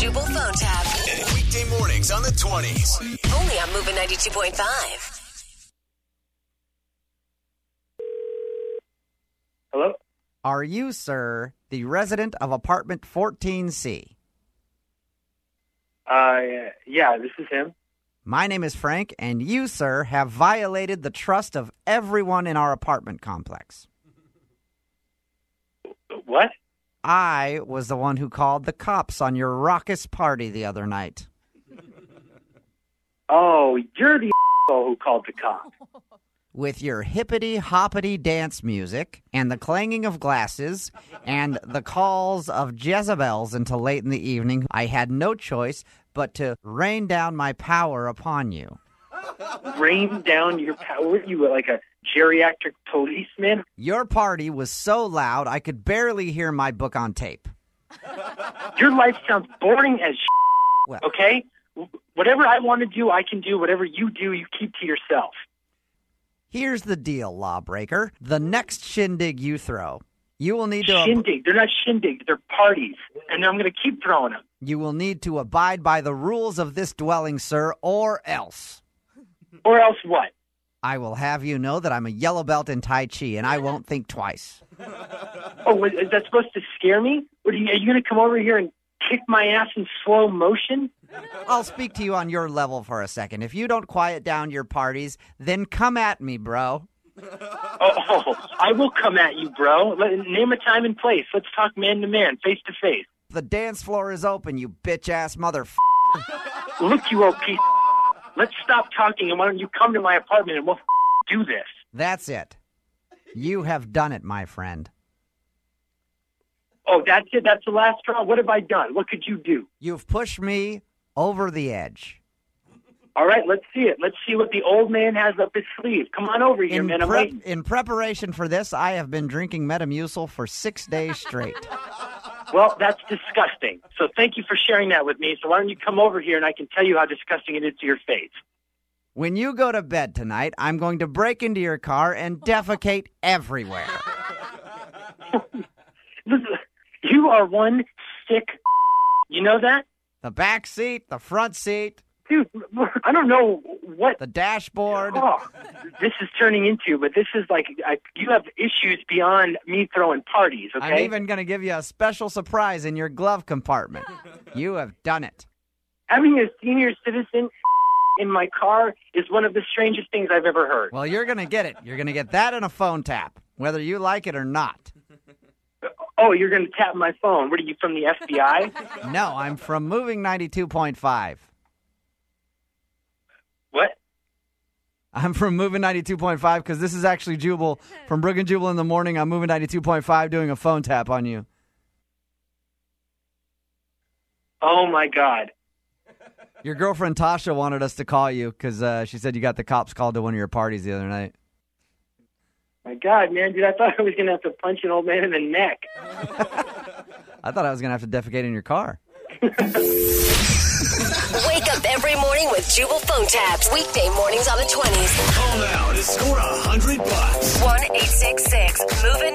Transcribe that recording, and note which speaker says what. Speaker 1: Jubal phone tab.
Speaker 2: Weekday mornings on the 20s.
Speaker 1: Only on Moving 92.5.
Speaker 3: Hello?
Speaker 4: Are you, sir, the resident of apartment 14C?
Speaker 3: Uh, yeah, this is him.
Speaker 4: My name is Frank, and you, sir, have violated the trust of everyone in our apartment complex.
Speaker 3: What?
Speaker 4: I was the one who called the cops on your raucous party the other night.
Speaker 3: Oh, you're the asshole who called the cop.
Speaker 4: With your hippity hoppity dance music and the clanging of glasses and the calls of Jezebels until late in the evening, I had no choice but to rain down my power upon you.
Speaker 3: Rain down your power. You were like a geriatric policeman.
Speaker 4: Your party was so loud I could barely hear my book on tape.
Speaker 3: Your life sounds boring as shit,
Speaker 4: Well,
Speaker 3: okay? Wh- Whatever I want to do, I can do. Whatever you do, you keep to yourself.
Speaker 4: here's the deal, lawbreaker. The next shindig you throw, you will need to ab-
Speaker 3: Shindig. They're not shindig. They're parties. And I'm going to keep throwing them.
Speaker 4: you will need to abide by the rules of this dwelling, sir, or else.
Speaker 3: Or else what?
Speaker 4: I will have you know that I'm a yellow belt in Tai Chi and I won't think twice.
Speaker 3: Oh, wait, is that supposed to scare me? Or do you, are you going to come over here and kick my ass in slow motion?
Speaker 4: I'll speak to you on your level for a second. If you don't quiet down your parties, then come at me, bro.
Speaker 3: Oh, I will come at you, bro. Let, name a time and place. Let's talk man to man, face to face.
Speaker 4: The dance floor is open, you bitch ass motherf.
Speaker 3: Look, you old piece. of Let's stop talking and why don't you come to my apartment and we'll do this?
Speaker 4: That's it. You have done it, my friend.
Speaker 3: Oh, that's it. That's the last straw. What have I done? What could you do?
Speaker 4: You've pushed me over the edge.
Speaker 3: All right, let's see it. Let's see what the old man has up his sleeve. Come on over here,
Speaker 4: In,
Speaker 3: man. I'm
Speaker 4: prep-
Speaker 3: waiting.
Speaker 4: in preparation for this, I have been drinking Metamucil for six days straight.
Speaker 3: Well, that's disgusting. So thank you for sharing that with me. So why don't you come over here and I can tell you how disgusting it is to your face?
Speaker 4: when you go to bed tonight, I'm going to break into your car and defecate everywhere.
Speaker 3: Listen, You are one sick. You know that?
Speaker 4: The back seat, the front seat,
Speaker 3: Dude, I don't know what
Speaker 4: the dashboard.
Speaker 3: Oh, this is turning into, but this is like I, you have issues beyond me throwing parties. Okay,
Speaker 4: I'm even going to give you a special surprise in your glove compartment. You have done it.
Speaker 3: having a senior citizen in my car is one of the strangest things I've ever heard.
Speaker 4: Well, you're going to get it. You're going to get that in a phone tap, whether you like it or not.
Speaker 3: Oh, you're going to tap my phone? What are you from the FBI?
Speaker 4: No, I'm from Moving 92.5.
Speaker 3: what?
Speaker 4: I'm from Moving 92.5 because this is actually Jubal from Brook and Jubal in the morning. I'm Moving 92.5 doing a phone tap on you.
Speaker 3: Oh my God!
Speaker 4: Your girlfriend Tasha wanted us to call you because uh, she said you got the cops called to one of your parties the other night.
Speaker 3: My God, man, dude, I thought I was going to have to punch an old man in the neck.
Speaker 4: I thought I was going to have to defecate in your car.
Speaker 1: Wake up every morning with Jubal phone tabs. Weekday mornings on the 20s.
Speaker 2: Call now to score a 100 bucks.
Speaker 1: one 866 Moving